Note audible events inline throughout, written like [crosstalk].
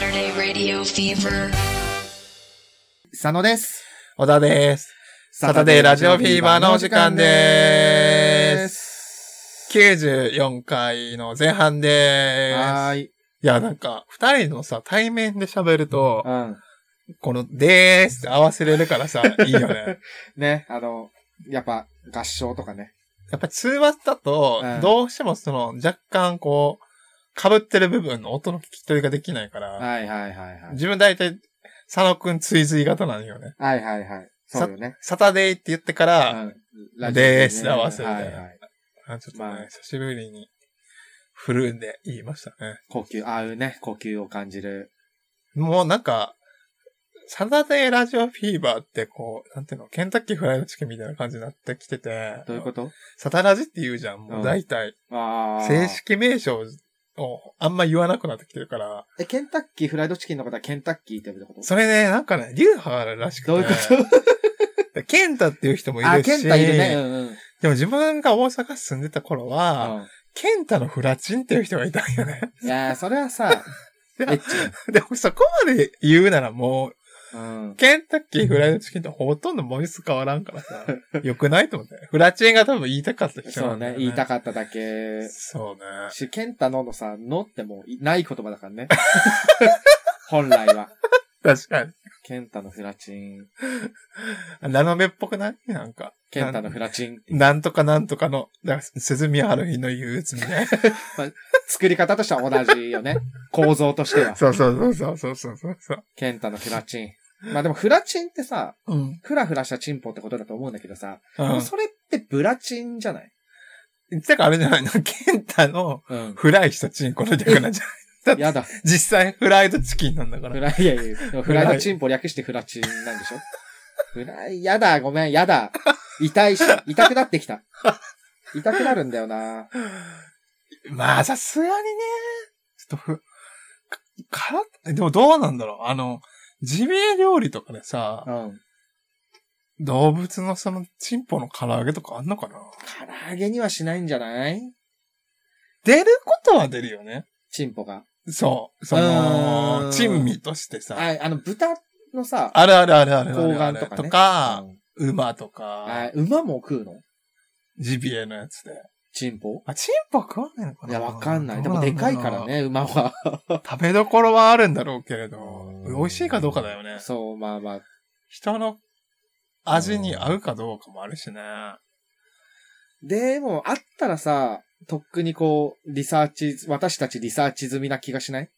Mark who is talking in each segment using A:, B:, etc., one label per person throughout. A: Radio Fever.
B: 佐野です。
C: 小田です。サタデーラジオフィーバーのお時間でー
B: す。
C: 94回の前半で
B: は
C: ーす。
B: ーい。
C: いや、なんか、二人のさ、対面で喋ると
B: う、ん。
C: この、でーすって合わせれるか
B: [laughs]
C: らさ、いいよね。
B: ね、あの、やっぱ合唱とかね。
C: やっぱ通話だと
B: うん、
C: どうしてもその、若干こう、被ってる部分の音の聞き取りができないから、
B: はいはいはいはい。
C: 自分大体、佐野くん追随型なんよね。
B: はいはいはい。そうよね。
C: サタデーって言ってか
B: う
C: ら、
B: んラジオ
C: でーす合わせる
B: はい
C: ね
B: はい。
C: あちょっと
B: まあ
C: ね、久しぶりに、振るんで言いましたね。
B: 呼吸、ああいうね、呼吸を感じる。
C: もうなんか、サタデーラジオフィーバーってこう、なんていうの、ケンタッキーフライドチキンみたいな感じになってきてて、
B: どういうこと
C: サタラジって言うじゃん、も
B: うん
C: う大体。
B: ああ。
C: 正。式名称をあんま言わなくなってきてるから、
B: え、ケンタッキーフライドチキンのことはケンタッキーって呼ぶってこと
C: それね、なんかね、流派があるらしくて。
B: どういうこと
C: でケンタっていう人もい
B: あ、
C: るし、
B: ケンタいるね。うんうん。うん
C: でも自分が大阪住んでた頃は、ケンタのフラチンっていう人がいたんよね。 [laughs]
B: いやー、それは [laughs] さ、エッチ
C: でもそこまで言うならもう、
B: だよ。うん。
C: ケンタッキーフライドチキンとほとんど文字変わらんから [laughs] さ、よくないと思って。フラチンが多分言いたかった人
B: そ
C: な
B: うん
C: だ
B: ね
C: よ、
B: 言いたかっただけ。
C: そうね。
B: し、ケンタののさ、のってもういない言葉だ [laughs] からね。本来は。
C: 確かに。
B: ケンタのフラチン。
C: ラノベっぽくないなん [laughs] か。
B: ケンタのフラチン。
C: なんとかなんとかの、だから、鈴宮春日の憂鬱みたいな。
B: 作り方としては同じよね。構造としては。
C: [laughs] そうそうそうそうそうそうそう。
B: ケンタのフラチン。まあでもフラチンってさ、
C: うん。
B: フラフラしたチンポってことだと思うんだけどさ、で
C: う
B: も
C: ん。
B: それってブラチンじゃない
C: だからあれじゃないのケンタの
B: うん。
C: フライしたチンコの略なんじゃない [laughs]
B: やだ。
C: 実際フライドチキンなんだか
B: フ
C: ら。
B: ライ、いやいやいや、でもフライドチンポ略してフラチンなんでしょフライ、やだ、ごめん、やだ。痛いし、痛くなってきた。痛くなるんだよな。
C: まあ、さすがにね、ちょっとふ、か、から、でもどうなんだろうあの、ジビエ料理とかでさ
B: う、ん。
C: 動物のその、チンポの唐揚げとかあんのかな
B: 唐揚げにはしないんじゃない
C: 出ることは出るよね。
B: チンポが。
C: そう。そう
B: ーん
C: の、珍味としてさ。
B: あ、あの、豚のさ、
C: あるあるあるあるあ
B: 睾
C: るあ
B: 丸と
C: る
B: かね。
C: とか、
B: うん
C: 馬と
B: あ
C: か、
B: 馬も食うの
C: ジビエのやつで。
B: チンポ
C: あ、チンポ食わないのか
B: い
C: な
B: や、わかんない。で
C: どう
B: も
C: んだろ
B: で
C: う
B: かいから。ね、馬は。 [laughs]
C: 食べどころはあるんだろうけれど
B: うん、
C: 美味しいかどうかだよね。
B: そう、まあまあ。
C: 人の味に合うかどうかもあるしね。
B: でも、あったらさ、とっくにこう、リサーチ、私たちリサーチ済みな気がしない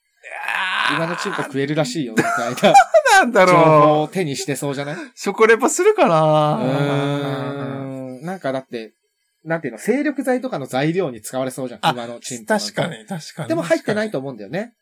B: 馬のチンポ食えるらしいよ、みたい
C: [laughs]
B: な
C: なんだ
B: 情報
C: ろ。
B: を手にしてそうじゃないう
C: 食レポするか
B: う
C: な
B: ーん。なんかだって、なんていうの、精力剤とかの材料に使われそうじゃん、
C: あ
B: 馬のチンポ。
C: 確か。に、確かに。
B: でも入ってない
C: と。
B: と思うんだよね。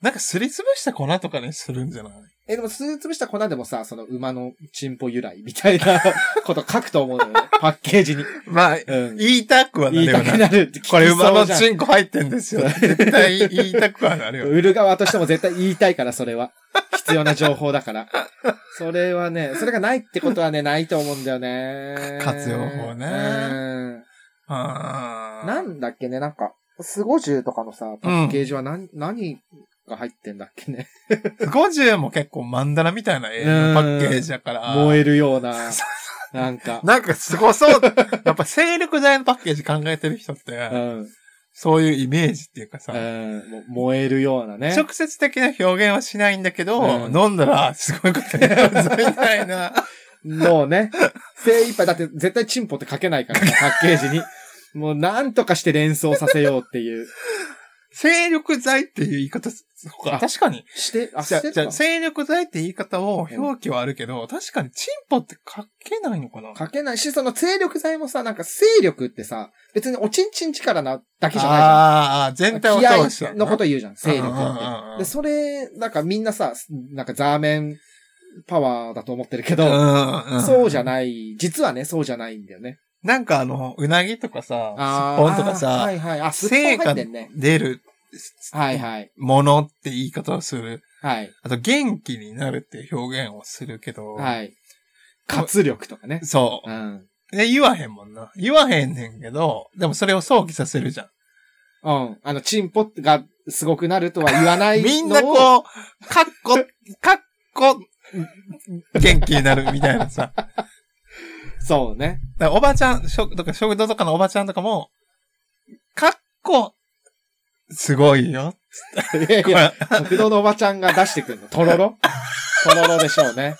C: なんかすりつぶした粉とかにするんじゃない
B: え、でも、すりつぶした粉でもさ、その馬のチンポ由来みたいな [laughs] こと書くと思うの
C: [laughs]
B: よね。パッケージに。
C: まあ、
B: うん。
C: 言いたくはな
B: 言
C: る
B: い
C: よ
B: たく
C: ね。
B: なるって聞き
C: これ馬
B: そう
C: の
B: じゃん
C: チンコ入って
B: [laughs]
C: んですよ。絶対言いたくはなるよね。
B: 売る側としても絶対言いたいから、それは。必要な情報だから。それはね、それがないってことはね、ないと思うんだよね。
C: 活用法ね
B: うん。
C: あー
B: なんだっけね、なんか、スゴジュウとかのさ、パッケージは何、何が入ってんだっけね。
C: 50も結構マンダラみたいな絵のパッケージだから。
B: 燃えるような
C: [laughs] そ、
B: なんか。
C: なんかすごそう。やっぱ精力剤のパッケージ考えてる人っ
B: う
C: て、
B: ん。
C: そういうイメージっていうかさ、
B: うん。もう燃えるようなね。
C: 直接的な表現はしないんだけど、
B: うん
C: 飲んだらすごいことになるぞみたい
B: [laughs]
C: な。
B: もうね、精一杯、だって絶対チンポって書けない
C: [laughs]
B: から、パッケージに。もうなんとかして連想させようっていう。
C: 精力剤っていう言い方、そう
B: あ
C: か確かに。
B: して、あ、
C: じゃ
B: し
C: あ、
B: て
C: じゃ
B: た
C: あ精力剤って言い方を表記はあるけど、確かにチンポって書けないのかな
B: 書けないし、その精力剤もさ、なんか精力ってさ、別におちんちん力な、だけじゃないじゃん。
C: ああ、全体を通して
B: 気合。のこと言うじゃん、精力
C: うんうんうんう
B: って。
C: ん
B: で、それ、なんかみんなさ、なんかザーメンパワーだと思ってるけ
C: う
B: ど、
C: んうん
B: そうじゃない、実はね、そうじゃないんだよね。
C: なんかあの、うなぎとかさ、
B: あ
C: すっぽんとか
B: あーは
C: さ、
B: いはい。あ、すっぽ
C: 成
B: ん入
C: 果
B: ってんね。
C: 出る
B: はいはい。
C: ものって言い方をする。
B: はい。
C: あと、元気になるっていう表現をするけど、
B: はい。活力とかね。
C: [laughs] そ
B: うん。
C: う。で、言わへんもんな。言わへんねんけど、でもそれを想起させるじゃん。
B: うん。あの、チンポがすごくなるとは言わないのを。
C: [laughs] みんなこう、かっこ、かっこ、元気になるみたいなさ。だか
B: そうね。
C: らおばちゃん、食とか食堂とかのおばちゃんとかも、かっこ、すごいよ。
B: いやい
C: こ
B: や、
C: れ
B: 食堂のおばちゃんが出してくるの。とろ
C: [laughs]
B: ろとろろでしょうね。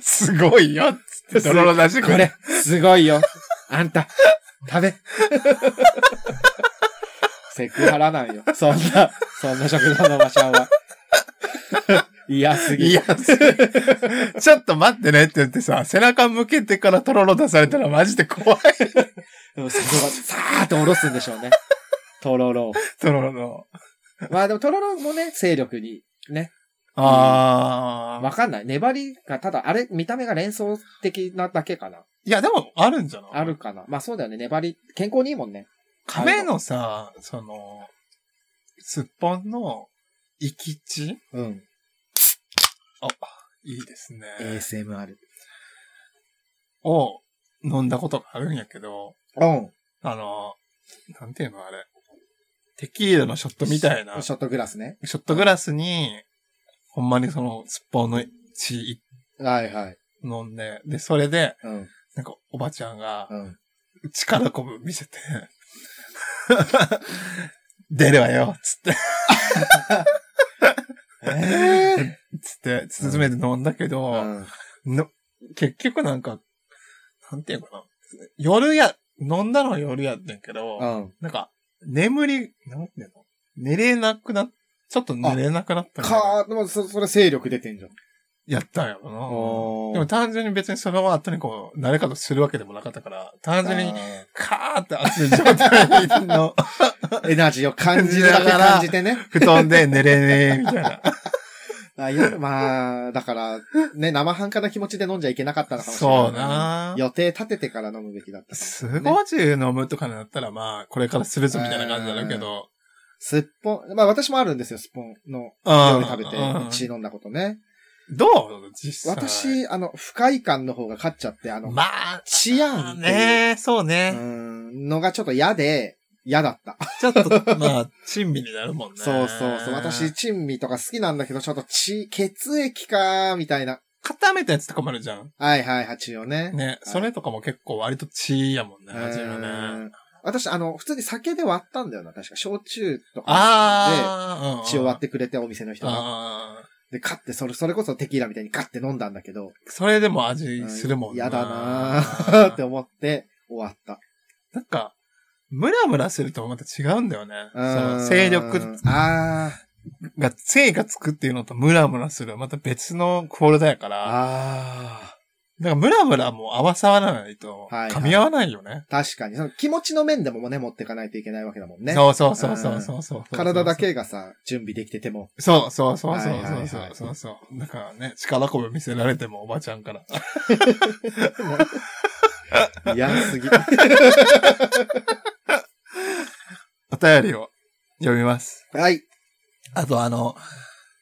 C: すごいよ。つって、
B: す
C: ドロロ出して
B: こ
C: くれ
B: れ。、すごいよ。あんた、食べ。 [laughs] セクハラなんよ。そんな、そんな食堂のおばちゃんは。 [laughs] 嫌すぎ。
C: いや、 [laughs] ちょっと待ってねって言ってさ、背中向けてからトロロ出されたらマジで怖い。
B: でもそこはさーっと下ろすんでしょうね。とろろを。
C: トロロの。
B: まあでもとろろもね、勢力に。
C: あー。
B: わかんない。粘りが、ただ、あれ、見た目が連想的なだけかな。
C: いや、でも、あるんじゃない
B: あるかな。まあそうだよね。粘り、健康にいいもんね。
C: 亀のさ、その、すっぽんの、行き地
B: うん。
C: いいですね。
B: ASMR。
C: を、飲んだことがあるんやけど、
B: うん。
C: あの、なんていうのあれ。テキーラのショットみたいな、シ
B: ショットグラスね。
C: ョットグラスに、ほんまにその、すっぽんの血
B: はいはい。
C: 飲んで、で、それで、
B: うん。
C: なんか、おばちゃんが、
B: うん。
C: 力こぶ見せ [laughs] て、出るわよ、つって。
B: え
C: つって、つめて飲んだけど、
B: ー、
C: の、結局なんか、なんていうかな。夜や、飲んだのは夜やってんけど、
B: うん。
C: なんか、眠り、なんていうの寝れなくなっ、ちょっと寝れなくなったみたいな
B: かー、でもそ、それ勢力出てんじゃん。
C: やったんやろな。
B: お
C: でも単純に別にそれは後にこう、誰かとするわけでもなかったから、単純に、カーって熱い状態
B: [laughs]
C: の
B: エナジーを感じながら感じてね。
C: 布団で寝れねえ、みたいな。
B: あいやまあ、だから、ね、生半可な気持ちで飲んじゃいけなかったのかもしれない。
C: そうな
B: 予定立ててから飲むべきだった。
C: すごい中飲むとかになったら、まあ、これからするぞみたいな感じになるけど。
B: すっぽん、まあ私もあるんですよ、すっぽんの
C: う
B: 料
C: ん
B: 理食べて
C: うん、
B: 血飲んだことね。
C: どう実際。
B: 私、あの、不快感の方が勝っちゃって、あの、
C: まあ、
B: 血やんっていう
C: ねえ、そう
B: うー
C: ね。
B: ん、のがちょっと嫌で、嫌だった。
C: ちょっと、まあ、珍味になるもんね。
B: そうそうそう。私、、珍味とか好きなんだけど、ちょっと血、血液かー、みたいな。
C: 固めたやつとかもあるじゃん。
B: はいはいはい、血をね。
C: ね、それとかも結構割と血やもんね、
B: う
C: 味が
B: ー
C: ね。
B: ん私、あの、普通に酒で割ったんだよな、確か。焼酎とか。
C: ああ、
B: 血を割っててくれて、お店の人が。
C: ああ、
B: で、買って、それ、それこそテキーラみたいにガッて飲んだんだけど。
C: それでも味するもん
B: 嫌だなー
C: [laughs]
B: って
C: な
B: 思って、終わった。
C: んか、ムラムラするとまた違うんだよね。
B: うーん
C: その勢力
B: あー
C: が、精がつくっていうのとムラムラするはまた別のフォルダやから、
B: あ
C: だからムラムラも合わさわないと、
B: はいはい
C: 噛み合わないよね。
B: ー。確かに、その気持ちの面でもね、持ってかないといけないわけだもんね。
C: そうそうそうそうそうそう。
B: 体だ。けがさ、準備できてても。
C: そうそうそう
B: はい
C: そう
B: はい
C: そ
B: はい
C: うそうそうそう。だからね、力こぶ見せられてもおばちゃんから。 [laughs]
B: 嫌すぎ。
C: [laughs] お便りを読みます。
B: はい。
C: あとあの、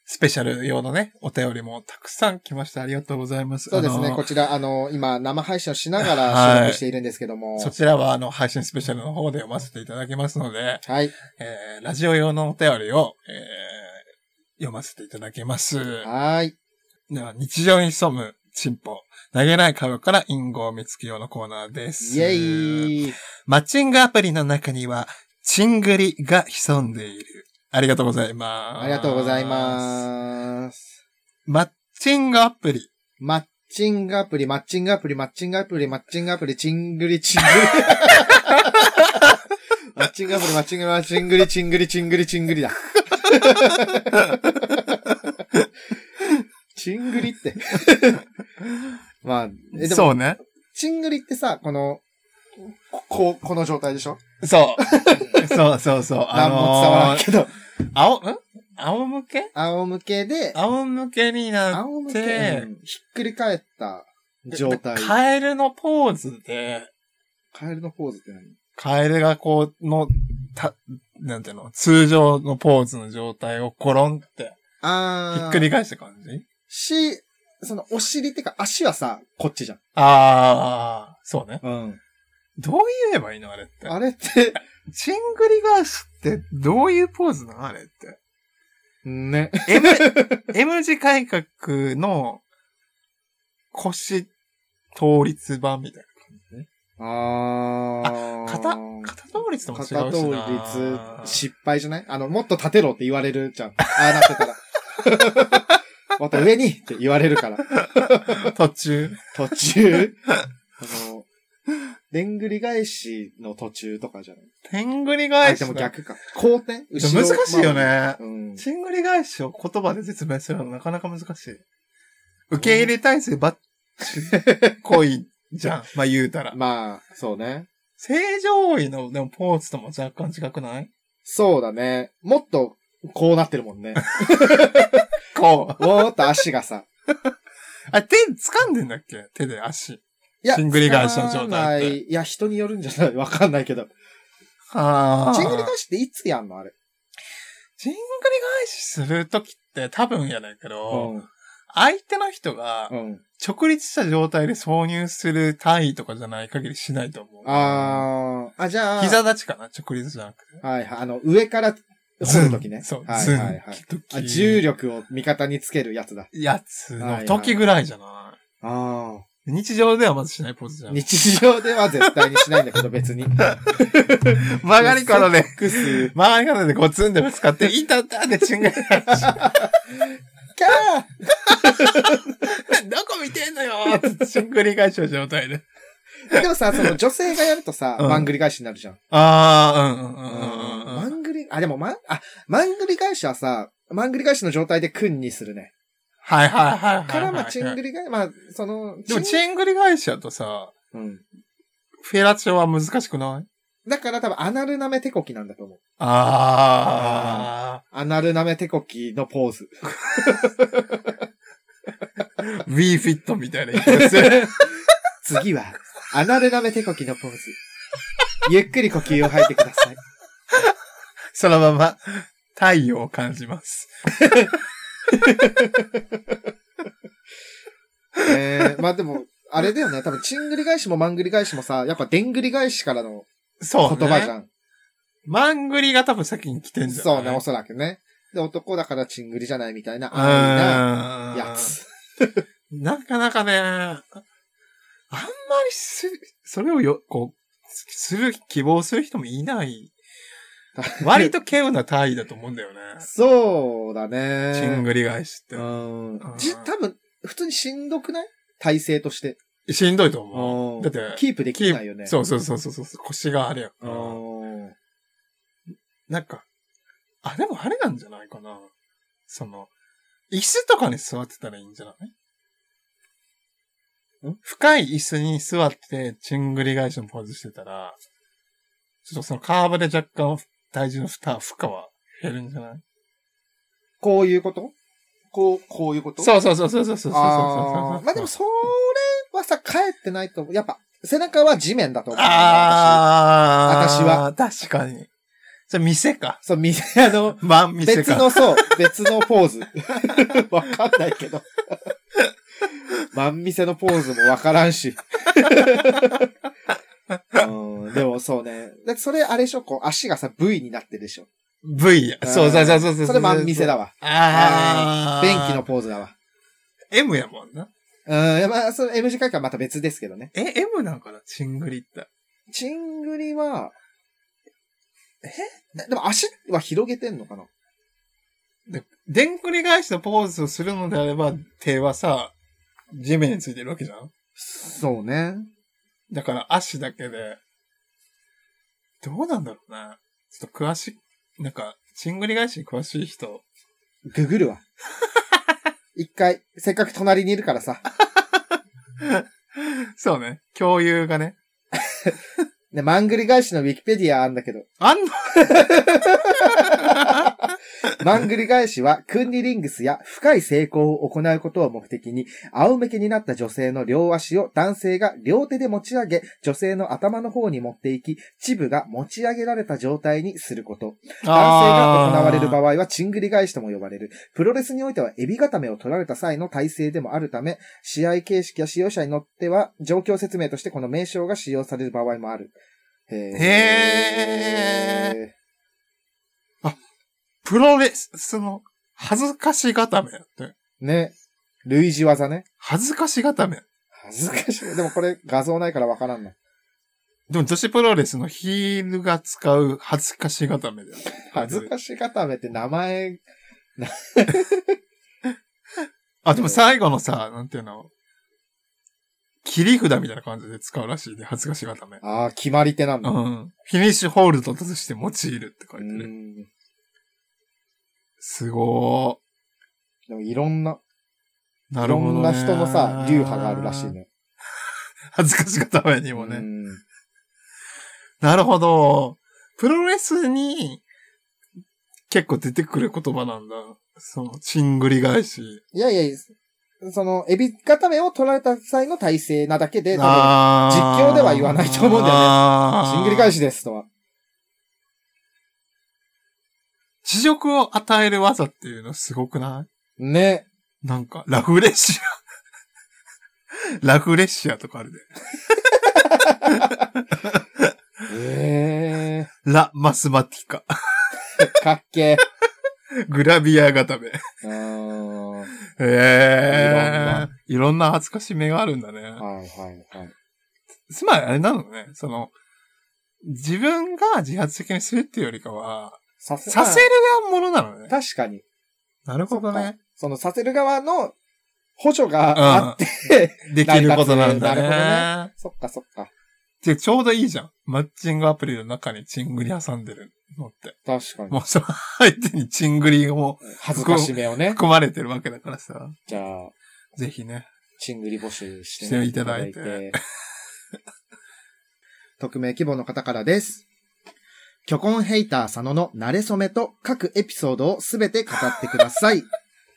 C: スペシャル用のね、お便りもたくさん来ました。ありがとうございます。
B: そうです
C: あ
B: ね。
C: の
B: こちら、あの、今、生配信をしなが
C: はい
B: ら収録しているんですけども。
C: そちらはあの、配信スペシャルの方で読ませていただきますので、
B: はい。
C: えー、ラジオ用のお便りを、えー、読ませていただきます。
B: はーい。
C: では日常に潜む進歩、投げない株から因果を見つけようのコーナーです。
B: イェイ
C: マッチングアプリの中には、チングリが潜んでいる。ありがとうございます。
B: ありがとうございます。
C: す。マッチングアプリ。
B: マッチングアプリ、マッチングアプリ、マッチングアプリ、マッチングアプリ、チングリチングリ。マッチングアプリ、マッチングアプリ、マッチングリ、チングリ、チングリ、チングリだ。チングリって。まあ、え、でも、
C: そうね。
B: チングリってさ、この、ここう、この状態でしょ
C: そう。そうそうそう。
B: 何も伝わらんけど。
C: ー青、ん青向け
B: 仰向けで、
C: 青向けになっ
B: 仰向け、
C: て
B: うん、ひっくり返った状態。
C: カエルのポーズで、
B: カエルのポーズって何
C: カエルがこう、の、た、なんていうの、通常のポーズの状態をコロンって、ひ
B: あー。
C: っくり返した感じ
B: し、そのお尻ってか足はさ、こっちじゃん。
C: ああ、そうね。
B: うん。
C: どう言えばいいのあれって。
B: あれって、
C: チングリ返しってどういうポーズなのあれって。
B: ね。
C: M、M [laughs] 字改革の腰倒立版みたい
B: あー。
C: 肩な。肩倒立とも違うしな
B: 片倒立、失敗じゃないあの、もっと立てろって言われるじゃん。ああなってたら。 [laughs] もっと上にって言われるから。
C: 途中。
B: 途中、あの、でんぐり返しの途中とかじゃない
C: てんぐり
B: あ、
C: 返し
B: で
C: だ。
B: も逆か。後転後ろ。
C: 難しいよ
B: まあ。
C: ね。
B: うん。
C: チングリ返しを言葉で説明するのなかなか難しい。受け入れ体制ばっちこいじゃん。まあ言うたら。
B: まあ、そうね。
C: 正常位のでもポーズとも若干違くない
B: そうだね。もっと、こうなってるもんね。
C: こう。
B: もっと足がさ。
C: あ、手掴んでんだっけ手で足。
B: いや、
C: シングリ返しの状態って
B: つかない。いや、人によるんじゃないわかんないけど。
C: あ
B: チ
C: チ
B: ン
C: ング
B: グ
C: リ
B: リ
C: 返
B: 返し
C: し。
B: っていつやんのあれ。
C: チングリ返しするときって多分やだけ
B: う
C: ど、
B: ん。
C: 相手の人が
B: うん。
C: 直立した状態で挿入する単位とかじゃない限りしないと思う。
B: あー。あ、じゃあ。
C: 膝立ちかな直立じゃなくて。
B: はいはい。あの、上から掘るときね。
C: そう、
B: はい
C: ズン
B: はいはい。
C: 時々
B: あ、重力を味方につけるやつだ。
C: やつの時ぐらいじゃない,、
B: あ
C: 日常ではまずしないポーズじ
B: [laughs] あ。
C: ゃん。
B: 日常では絶対にしないんだけど、
C: [laughs]
B: 別に。
C: 曲がり角で、
B: クス、
C: [laughs] 曲がり角でゴツンでぶつかって、いたたってチングリ返し。
B: キャ
C: [laughs] どこ見てんのよってチングリ返しの状態で。
B: ーでもさ、その女性がやるとさ、
C: うん
B: まんぐり返しになるじゃん。
C: ああ、うん
B: う
C: うんうんうん
B: ま
C: うん。
B: んぐり、あ、でもまん、あ、まんぐり返しはさ、まんぐり返しの状態でくんにするね。
C: はいはいはいはいはい。
B: から、まあ、チング
C: リ。
B: リ返し、まあ、その、
C: でも
B: ン、
C: チングリ返しだとさ、
B: うん。
C: フェラチオは難しくない
B: だから多分、アナルナメ手こきなんだと思う。
C: あ
B: アナルナメ手こきのポーズ。
C: あ、ウィーフィットみたいな言い方する。
B: [laughs]
C: [laughs]
B: 次は、アナルナメ手こきのポーズ。ゆっくり呼吸を吐いてください。
C: そのまま、太陽を感じます。
B: えー、まあでも、あれだよね。多分、チングリ返しもマングリ返しもさ、やっぱでんぐり返しからの
C: そ
B: 言
C: う、ね。
B: 葉じゃん。
C: マングリが多分先に来てんじゃん。
B: そうね、おそらくね。で、男だからチングリじゃないみたいな、安
C: う
B: 易な
C: ん。
B: や。つ。
C: なかなかね、あんまりす、それをよ、こう、すする、希望する人も
B: [laughs]
C: いない。割と稀有な単位だと思うんだよね。
B: そうだね。
C: チングリ返しっ
B: うん
C: うん。
B: じ、多分、普通にしんどくない体勢として。
C: て。しんどいと思う。だって
B: キープできないよね。
C: そうそうそうそうそう。腰があれやから。
B: うん。
C: なんか、あ、でもあれなんじゃないかな。その、椅子とかに座ってたらいいんじゃない
B: ん
C: 深い椅子に座って、チングリ返しのポーズしてたら、ちょっとそのカーブで若干体重の負担、負荷は減るんじゃない
B: こういうことこう、こういうこと
C: そうそうそうそうそうそうそうそう
B: あーまあでも、それはさ、帰ってないと思う。やっぱ、背中は地面だと思う。
C: あー
B: 私は。
C: 確かに。それ店か。
B: 私そう、み、 [laughs] あの、
C: まあ店
B: 別
C: か。
B: の、そう、別のポーズ。 [laughs] わかんないけど。 [laughs] まん店のポーズもわからんし。 [laughs] うん、でもそうね。で、それあれでしょこう、足がさ、V になってるでしょ
C: V や。そうそうそうそうう。
B: それまん店だわ。
C: ああ。
B: 便器の。ポーズだわ。
C: M やもんな。
B: うんいや、まあ、その M 字回はまた別ですけどね。
C: え、M なんかなチングリって。
B: チングリは、えでも足は広げてんのかな
C: でんぐり返しのポーズをするのであれば、手はさ、地面についてるわけじゃん
B: そうね。
C: だから足だけで、どうなんだろうな。ちょっと詳しい、なんか、チングリ返しに詳しい人。
B: ググ [laughs] るわ。一回、せっかく隣にいるからさ。
C: そうね。共有がね。
B: ね、マングリ返しのウィキペディアあんだけど。
C: あんの
B: 番繰り返しは、クンニリングスや深い成功を行うことを目的に、仰向けになった女性の両足を男性が両手で持ち上げ、女性の頭の方に持っていき、チブが持ち上げられた状態にすること。男性が行われる場
C: 合。
B: 合は、チングリ返しとも呼ばれる。プロレスにおいては、エビ固めを取られた際の体制でもあるため、試合形式や使用者によっては、状況説明としてこの名称が使用される場合もある。へ
C: へプロレス、その、恥ずかしがためだって。
B: ー。ね。類似技ね。
C: 恥ずかしがため。
B: 恥ずかしい。でもこれ画像ないからわからんな。
C: でも女子プロレスのヒールが使う恥ずかしがためだよ。
B: 恥ずかし固めって名前、
C: あ、でも最後のさ、なんていうの、切り札みたいな感じで使うらしいね。恥ずかしがため。
B: ああ、決まり手なん
C: う
B: だ。
C: ん。フィニッシュホールドとして用いるって書
B: う
C: いてる。
B: ん。
C: すご
B: でもいろんな、
C: ー。ないる
B: ろ
C: ほど、ね。
B: んな人のさ、流派があるらしい。ね。
C: 恥ずかしがためにもね。
B: うん
C: なるほど。プロレスに結構出てくる言葉なんだ。その、チングリ返し。
B: いやいや、その、エビ固めを取られた際の体勢なだけで、多分、
C: あー
B: 実況では言わないと思うんだよね
C: あー
B: シングリ返しですとは。
C: 恥辱を与える技っていうのすごくない
B: ね。
C: なんか、ラフレッシア。ラフレッシアとかあるで。
B: え
C: ラ・マスマティカ。
B: ー、かっけえ。
C: グラビア固め。
B: うーん。はい
C: ええー。いろんな恥ずかしめがあるんだね。
B: はいはい。
C: つまり、あれなのね。その、自分が自発的にするっていうよりかは、
B: させ
C: させる側ものなのね。
B: 確かに。
C: なるほどね。
B: そのさせる側の補助があって、
C: できることなんだね。
B: なるそっかそっか。
C: で、ちょうどいいじゃん。マッチングアプリの中にチングリ挟んでるのって。
B: 確かに。
C: もうその相手にチングリも
B: 恥ずかしめをね。
C: 含まれてるわけだからさ。
B: じゃあ、
C: ぜひね。
B: チングリ募集して
C: していただいて。
B: 匿名希望の方からです。巨根ヘイター佐野の慣れ初めと各エピソードをすべて語ってくださ
C: [laughs]
B: い。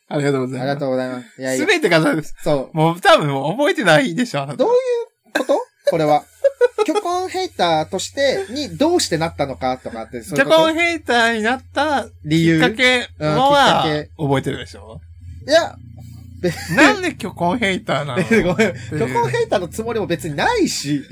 C: ありがとうご
B: あり
C: ざいます。
B: がとうございます。いやい
C: す
B: や、
C: べてがそうです。
B: そ
C: もう多分もう覚えてないでしょ、あな
B: う。
C: た
B: どういうことこれは。 [laughs] 巨根ヘイターとしてにどうしてなったのかとかって、そうい
C: ジ
B: う
C: ャ
B: こと
C: コンヘイターになった
B: 理
C: きっ
B: 由。
C: かけのは覚えてるでしょ
B: いや、
C: なんで巨根ヘイターなの
B: [laughs] ごめん。巨根ヘイターのつもりも別にないし、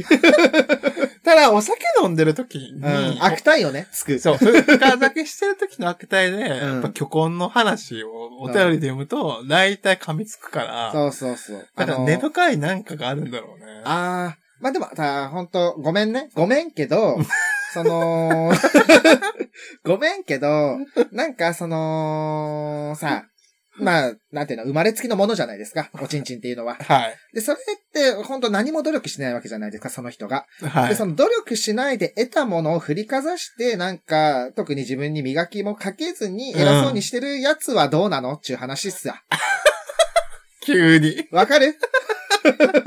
C: ただ、お酒飲んでる時に、
B: うん、悪態をね、つく。
C: そう、復活だけしてる時の悪態で、やっぱ巨根の話をお便りで読むと、大体噛みつくから、
B: そうそうそう。
C: だから
B: あの
C: 根深いなんかがあるんだろうね。
B: ああ、まあでも、た本当ごめんね。ごめんけど、
C: [laughs]
B: その、 [laughs] ごめんけど、なんかその、さ、まあ、なんていうの、生まれつきのものじゃないですか。おちんちんっていうのは。
C: はい。
B: で、それって、本当何も努力しないわけじゃないですか、その人が。
C: は
B: で、
C: い。
B: その努力しないで得たものを振りかざして、なんか、特に自分に磨きもかけずに偉そうにしてるやつはどうなのっていう話っすわ。
C: 急に。
B: わかる [laughs]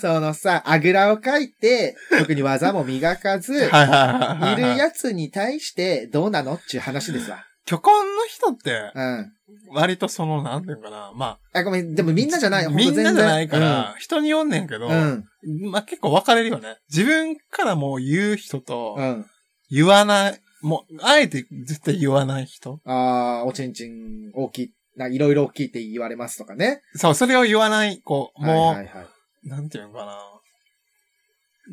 B: そのさ、あぐらをかいて、特に技も磨かず、い
C: はいはいはいはい。
B: るやつに対してどうなのっていう話ですわ。
C: 巨根の人って、
B: うん。
C: 割とその、なんていうのかな、まあ。
B: あ、ごめん、でもみんなじゃない。ほと
C: みん
B: 全
C: な
B: 然
C: じゃないから、人に読んねんけど、
B: うん。うん。
C: まあ結構分かれるよね。自分からもう言う人と、
B: うん。
C: 言わない、もう、あえて絶対言わない人。
B: あーおちんちん大きい、ないろいろ大きいって言われますとかね。
C: そう、それを言わない、こう、も
B: は
C: う、
B: いはいはい、
C: なんていうのかな。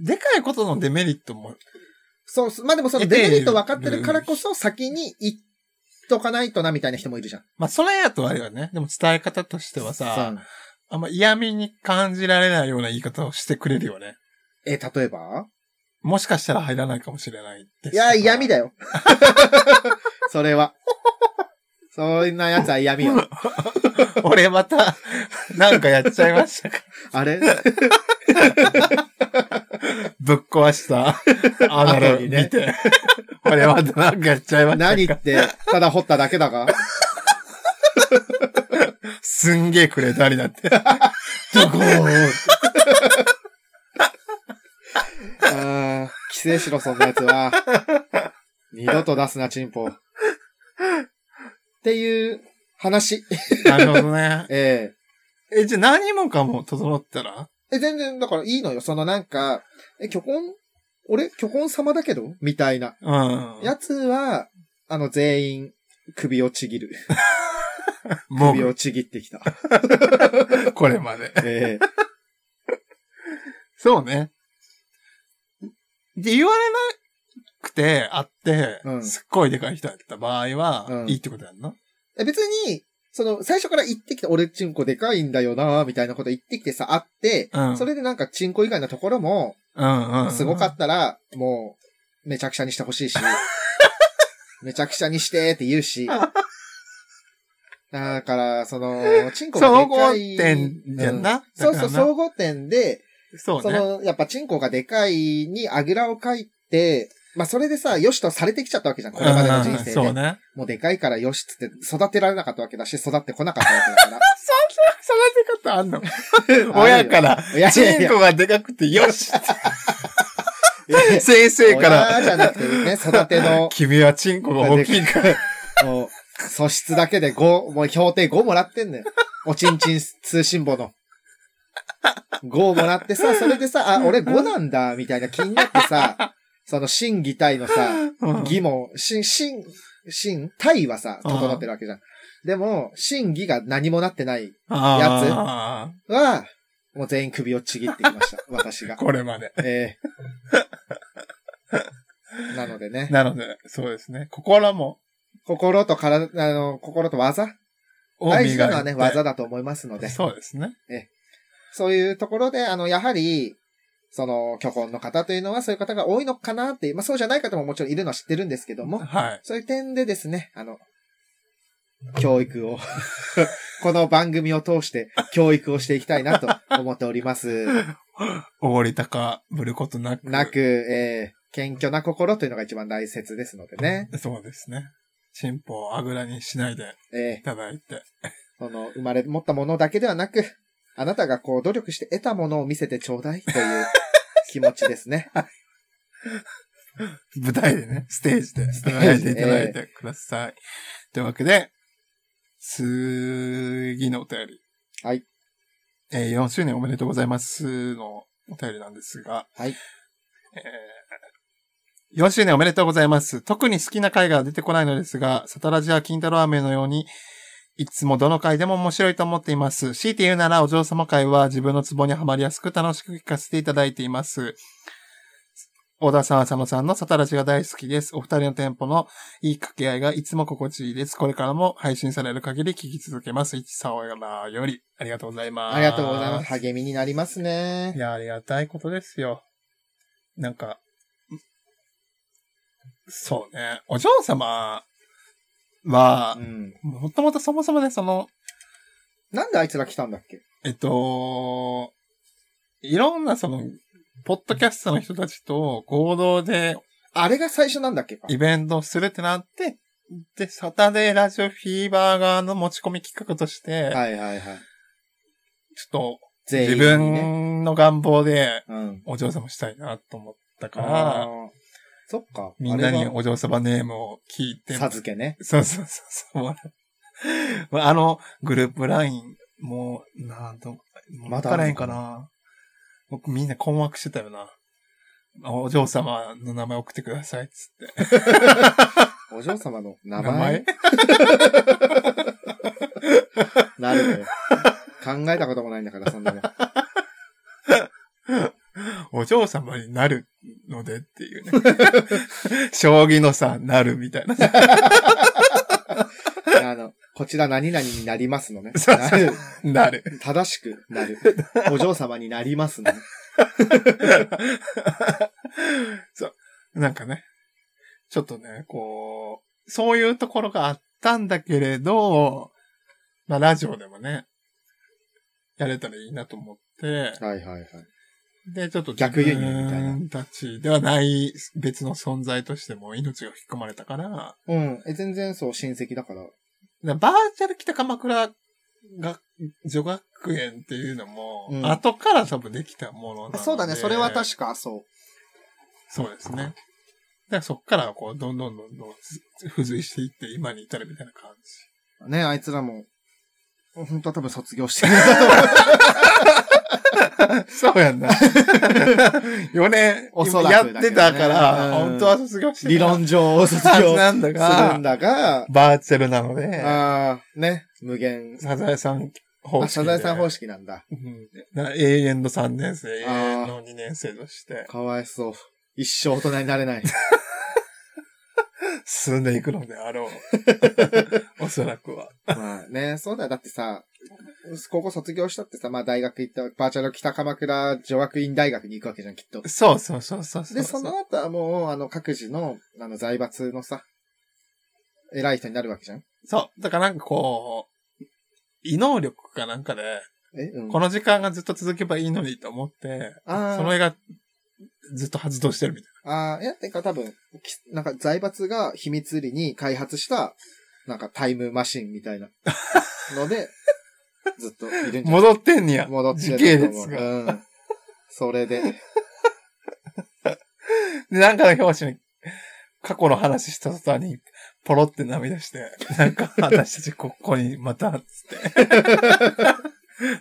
C: でかいことのデメリットも、
B: そうそう、まあでもその
C: 得てい
B: デ
C: る
B: メリット分かってるからこそ先に言っとかないとなみたいな人もいるじゃん。
C: まあ、それやとあれよね。でも伝え方としてはさ、
B: さあ
C: あんま嫌味に感じられないような言い方をしてくれるよね。
B: え、例えば
C: もしかしたら入らないかもしれないです
B: いや、嫌味だ
C: よ。
B: よ。 [laughs] それは。そんなやつは嫌味よ。
C: [laughs] 俺また、なんかやっちゃいましたか。
B: あれ
C: ぶっ壊した、あナ
B: [laughs] 後
C: ル
B: にね
C: 見て。俺またなんかやっちゃいましたか。
B: 何って、ただ掘っただけだが。
C: すんげえくれたりなって。
B: ドコーンああ、帰省しろ、そんなやつは。二度と出すな、チンポ。っていう話。。
C: [laughs] なるほどね
B: ええ
C: え、じゃあ何もかも整ったら
B: え、全然、だからいいのよ。そのなんか、え、巨根俺、巨根様だけどみたいな。
C: うん。
B: やつは、あの、全員、首をちぎる。
C: も
B: 首
C: う、
B: をちぎってきた。
C: これまで。
B: ええ
C: そうね。で、言われなくて、あって、
B: うん
C: すっごいでかい人だった場合は、
B: うん
C: いいってことやんな。
B: え別に、その、最初から言ってきた、俺チンコでかいんだよなみたいなこと言ってきてさ、あって、
C: うん
B: それでなんかチンコ以外のところも、
C: うんうん。
B: すごかったら、もう、めちゃくちゃにしてほしいし、
C: [laughs]
B: めちゃくちゃにしてって言うし、だから、その、チンコが
C: 総
B: で
C: 合
B: かい。
C: 点じゃんな。
B: そうそう、
C: そう。
B: 総合点で、
C: そう
B: そ
C: ね。
B: の、やっぱチンコがでかいにあぐらをかいて、まあそれでさ、よしとされてきちゃったわけじゃん、これまでの人生
C: うんそ
B: で。
C: うね。
B: もうでかいからよしっつって育てられなかったわけだし、育ってこなかったわけだから。
C: 育て方
B: [laughs]
C: あんの親から、
B: いやいやい
C: [laughs] チン
B: や
C: コがでかくて、よしって
B: いやいや
C: 先生から、
B: 親じゃなくてね、育ての、
C: 君はチンコが大きいから、
B: もう素質だけで5、もう評定5もらってんのよ。おちんちん通信簿の。5もらってさ、それでさ、あ、俺5なんだ、みたいな気になってさ、その審議体のさ、
C: うん
B: 義も、し、しん、しん、体はさ、整ってるわけじゃん。でも、審議が何もなってない
C: あ
B: は、もう全員首をちぎってきました。私が
C: ー。これまで。
B: え [laughs] えなのでね。
C: なので、そうですね。心も、
B: 心と体、あの、心と技大事なのはね、技だと思いますので。
C: そうですね。
B: そういうところで、あの、やはり、その、虚婚の方というのはそういう方が多いのかなっていう、まあそうじゃない方ももちろんいるのは知ってるんですけども、
C: はい。
B: そういう点でですね、あの、教育を、 [laughs] この番組を通して教育をしていきたいなと思っております。
C: おごり高ぶることなく。
B: なく、えー謙虚な心というのが一番大切ですのでね、
C: そうですね。チンポをあぐらにしないで
B: え
C: いただいて。
B: ーその、生まれ持ったものだけではなく、あなたがこう努力して得たものを見せてちょうだいという気持ちです
C: [laughs]
B: ね。
C: 舞台でね、ステージで、ス
B: テ
C: テ
B: ー
C: ー
B: ジ
C: ジ
B: で
C: でいただいてください。というわけで、次のお便り。
B: はい。
C: えー4周年おめでとうございますのお便りなんですが、
B: はい。
C: えー4周年おめでとうございます。特に好きな回が出てこないのですが、サタラジや金太郎飴のように、いつもどの回でも面白いと思っています。強いて言うなら、お嬢様回は自分のツボにはまりやすく楽しく聞かせていただいています。小田さん、浅野さんのサタラジが大好きです。お二人のテンポのいい掛け合いがいつも心地いいです。これからも配信される限り聞き続けます。一さおやらより、ありがとうございます。
B: ありがとうございます。励みになりますね
C: い。や、ありがたいことですよ。なんか、そうね。お嬢様は
B: う、ん。
C: もともとそもそもね、その、
B: なんであいつら来たんだっけ
C: えっと、いろんなその、ポッドキャストの人たちと合同で
B: あれが最初なんだっけか
C: イベントをするってなって、で、サタデーラジオフィーバー側の持ち込み企画として、
B: はいはいはい。
C: ちょっと
B: 全
C: 自
B: 員にね。
C: 分の願望で
B: うん。
C: お嬢様したいなと思ったか
B: あ
C: ら、
B: ーそっか。
C: みんな
B: あ
C: に
B: れは
C: お嬢様ネームを聞いて、
B: 授けね。
C: そうそうそうそう。 [laughs] まああの、グループライン、もう、なんと、
B: ま
C: ま
B: だあ
C: だ
B: る
C: らへ
B: の
C: ん
B: か
C: か
B: な
C: な。僕みんな困惑してたよな。お嬢様の名前送ってください、つって。
B: お嬢様の名
C: 名
B: 前
C: 前
B: なるのよ。考えたこともないんだから、そんなの。
C: お嬢様になるのでっていうね。 [laughs] 将棋のさ、なるみたいな。
B: あの、こちら何々になりますのね。
C: そ
B: [laughs]
C: う
B: なる。
C: [laughs] なる。
B: 正しくな
C: [laughs]
B: る。お嬢様になりますのね。
C: [laughs] そう。なんかね。ちょっとね、こう、そういうところがあったんだけれど、まあ、ラジオでもね、やれたらいいなと思って、
B: はいはいはい。
C: で、ちょっと
B: 逆輸入みたいな
C: 自分たちではない別の存在としても命が吹き込まれたから、
B: うん。え、全然そう、親戚だから。
C: バーチャル北鎌倉が女学園っていうのも、
B: うん
C: 後から多分できたものなので。
B: そうだね、それは確か、そ
C: そうですね。だからそっからこう、どんどんどんどん付随していって、今に至るみたいな感じ。
B: ね、あいつらも、本当は多分卒業してるんだと思う。
C: そうや
B: [laughs]
C: んな。4年
B: おそらくだ
C: やっ
B: けどね
C: てたから、
B: うん
C: 本当は卒業して
B: [laughs]
C: た
B: 理論上を卒
C: はず
B: 業す
C: なんだ
B: るん
C: が、
B: だが、
C: バーチャルなので、
B: ああ、ね、無限。
C: サザエさん方式
B: あ、
C: で。
B: サザエさん方式なんだ。
C: うんな永遠の3年生、永
B: あー
C: 遠の2年生として、
B: かわいそう。一生大人になれ [laughs] ない。
C: 進んでいくのであろ
B: [laughs]
C: う。おそらくは。
B: まあね、そうだよ。だってさ、高校卒業したってさ、まあ大学行った、バーチャル北鎌倉女学院大学に行くわけじゃん、きっと。
C: そうそうそうそうう。
B: で、その後はもう、あの、各自の、あの、財閥のさ、偉い人になるわけじゃん。
C: そう。だからなんかこう、異能力かなんかで、
B: えうん。
C: この時間がずっと続けばいいのにと思って、
B: あ
C: その
B: ー
C: 絵がずっと発動してるみたい
B: あー、いや、てか多分、きなんか財閥が秘密裏に開発した、なんかタイムマシンみたいな。の [laughs] で、ずっといるんじ
C: な。
B: ゃない
C: 戻ってんねや。
B: 戻って
C: 時
B: る
C: 系
B: と思う
C: 列が。
B: うん。それで。
C: で、なんかの表紙に、過去の話した途端に、ポロって涙して、なんか私たちここにまた、つって、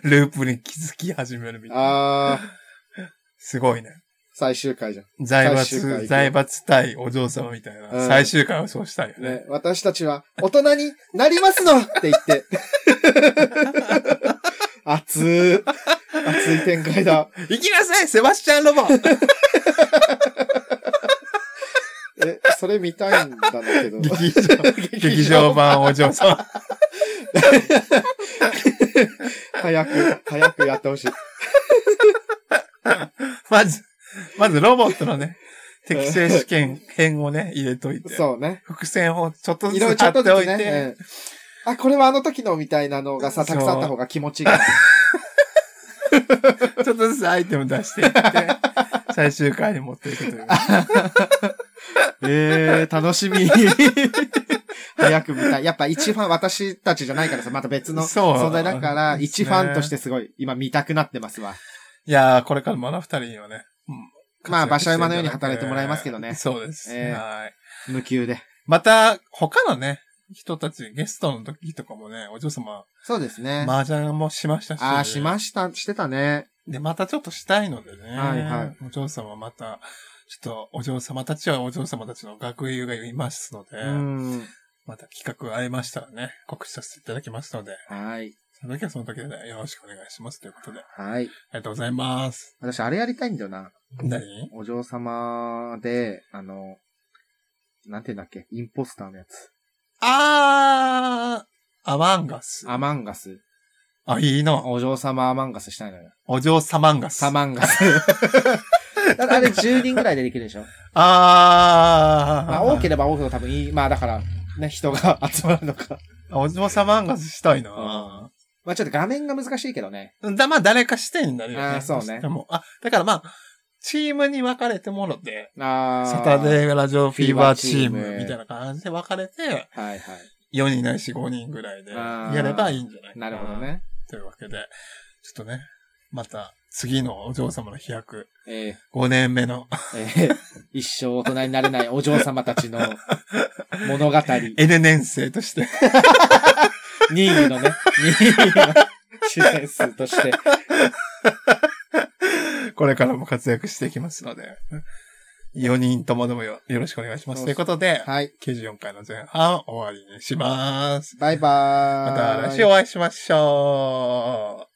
C: ループに気づき始めるみたいな。
B: ああ、
C: すごいね。
B: 最終回じゃん。
C: 財
B: 最終回
C: 閥、財閥対お嬢様みたいな。
B: うん
C: 最終回はそうしたいよね。
B: ね、私たちは大人になりますのって言
C: [laughs]
B: って。熱い、熱い展開だ。
C: 行きなさい、セバスチャンロボ
B: え、それ見たいんだけど。
C: 劇場、 [laughs] 劇場版お嬢様。
B: 早く、早くやってほしい。
C: まず、まずロボットのね、適正試験編をね、入れといて。
B: そうね。
C: 伏線をちょっとず
B: いろいろ
C: つ
B: ちょ
C: 貼
B: っと
C: っ
B: ず
C: ておい
B: つ
C: て、
B: ね。うんあ、これはあの時のみたいなのがさ、たくさんあった方が気持ちいいから。
C: ちょっとずつアイテム出していって、
B: [laughs]
C: 最終回に持っていくという。
B: えー、楽しみ。 [laughs] 早く見たい。やっぱ一ファン、私たちじゃないからさ、また別の
C: そう
B: 存在だから、
C: です
B: 一
C: ね
B: ファンとしてすごい、今見たくなってますわ。
C: いやー、これからもあの二人にはね、うん
B: まあ馬車馬のように働いてもらいますけどね
C: そうです。
B: ええ
C: はい。
B: 無給で。
C: また、他のね、人たち、ゲストの時とかもね、お嬢様、
B: そうですね。
C: 麻雀もしましたし。
B: ああ、しました、してたね。
C: で、またちょっとしたいのでね。
B: はいはい
C: お嬢様また、ちょっと、お嬢様たちはお嬢様たちの学友がいますので、
B: うん。
C: また企画ありましたらね、告知させていただきますので、
B: はい。
C: その時はその時でね、よろしくお願いしますということで、あ
B: はい。
C: りがとうございます。
B: 私、あれやりたいんだよな。
C: 何
B: お嬢様で、あの、なんて言うんだっけ、インポスターのやつ。
C: あー、アマンガス。
B: アマンガス。
C: あ、いいの。
B: お嬢様アマンガスしたいのよ。
C: お嬢サマンガス。
B: サマンガス。 [laughs] だからあれ10人ぐらいでできるでしょ
C: あー。
B: まあ、多ければ多くの多分いい。まあ、だから、ね、人が集まるのか。
C: お嬢サマンガスしたいな
B: まあ、ちょっと画面が難しいけどね。
C: だ、まあ、誰か視点になるよね。
B: あーそうね
C: どしてもあ、だからまあ、チームに分かれてもろて、
B: あ
C: サタ
B: ー。
C: デーラジオフィーバーチー
B: フィーバーチー
C: ム
B: ム
C: みたいな感じで分かれて、
B: はいはい。
C: 4人ないし5人ぐらいで
B: あー
C: やればいいんじゃないか
B: なるほど。ね。
C: というわけで、ちょっとね、また次のお嬢様の飛躍、
B: え
C: 5年目の [laughs]
B: ーえー一生大人になれないお嬢様たちの物語。
C: [laughs]
B: 任
C: N 年生として、 [laughs]
B: 意のね、任意の主戦数として。
C: これからも活躍していきますので、4人ともどもよよろしくお願いします。
B: そう
C: とい
B: そう
C: うことで、
B: はい。
C: 94回の前半終わりにします。
B: バイバー
C: ま
B: イ。
C: た来週お会いしましょう。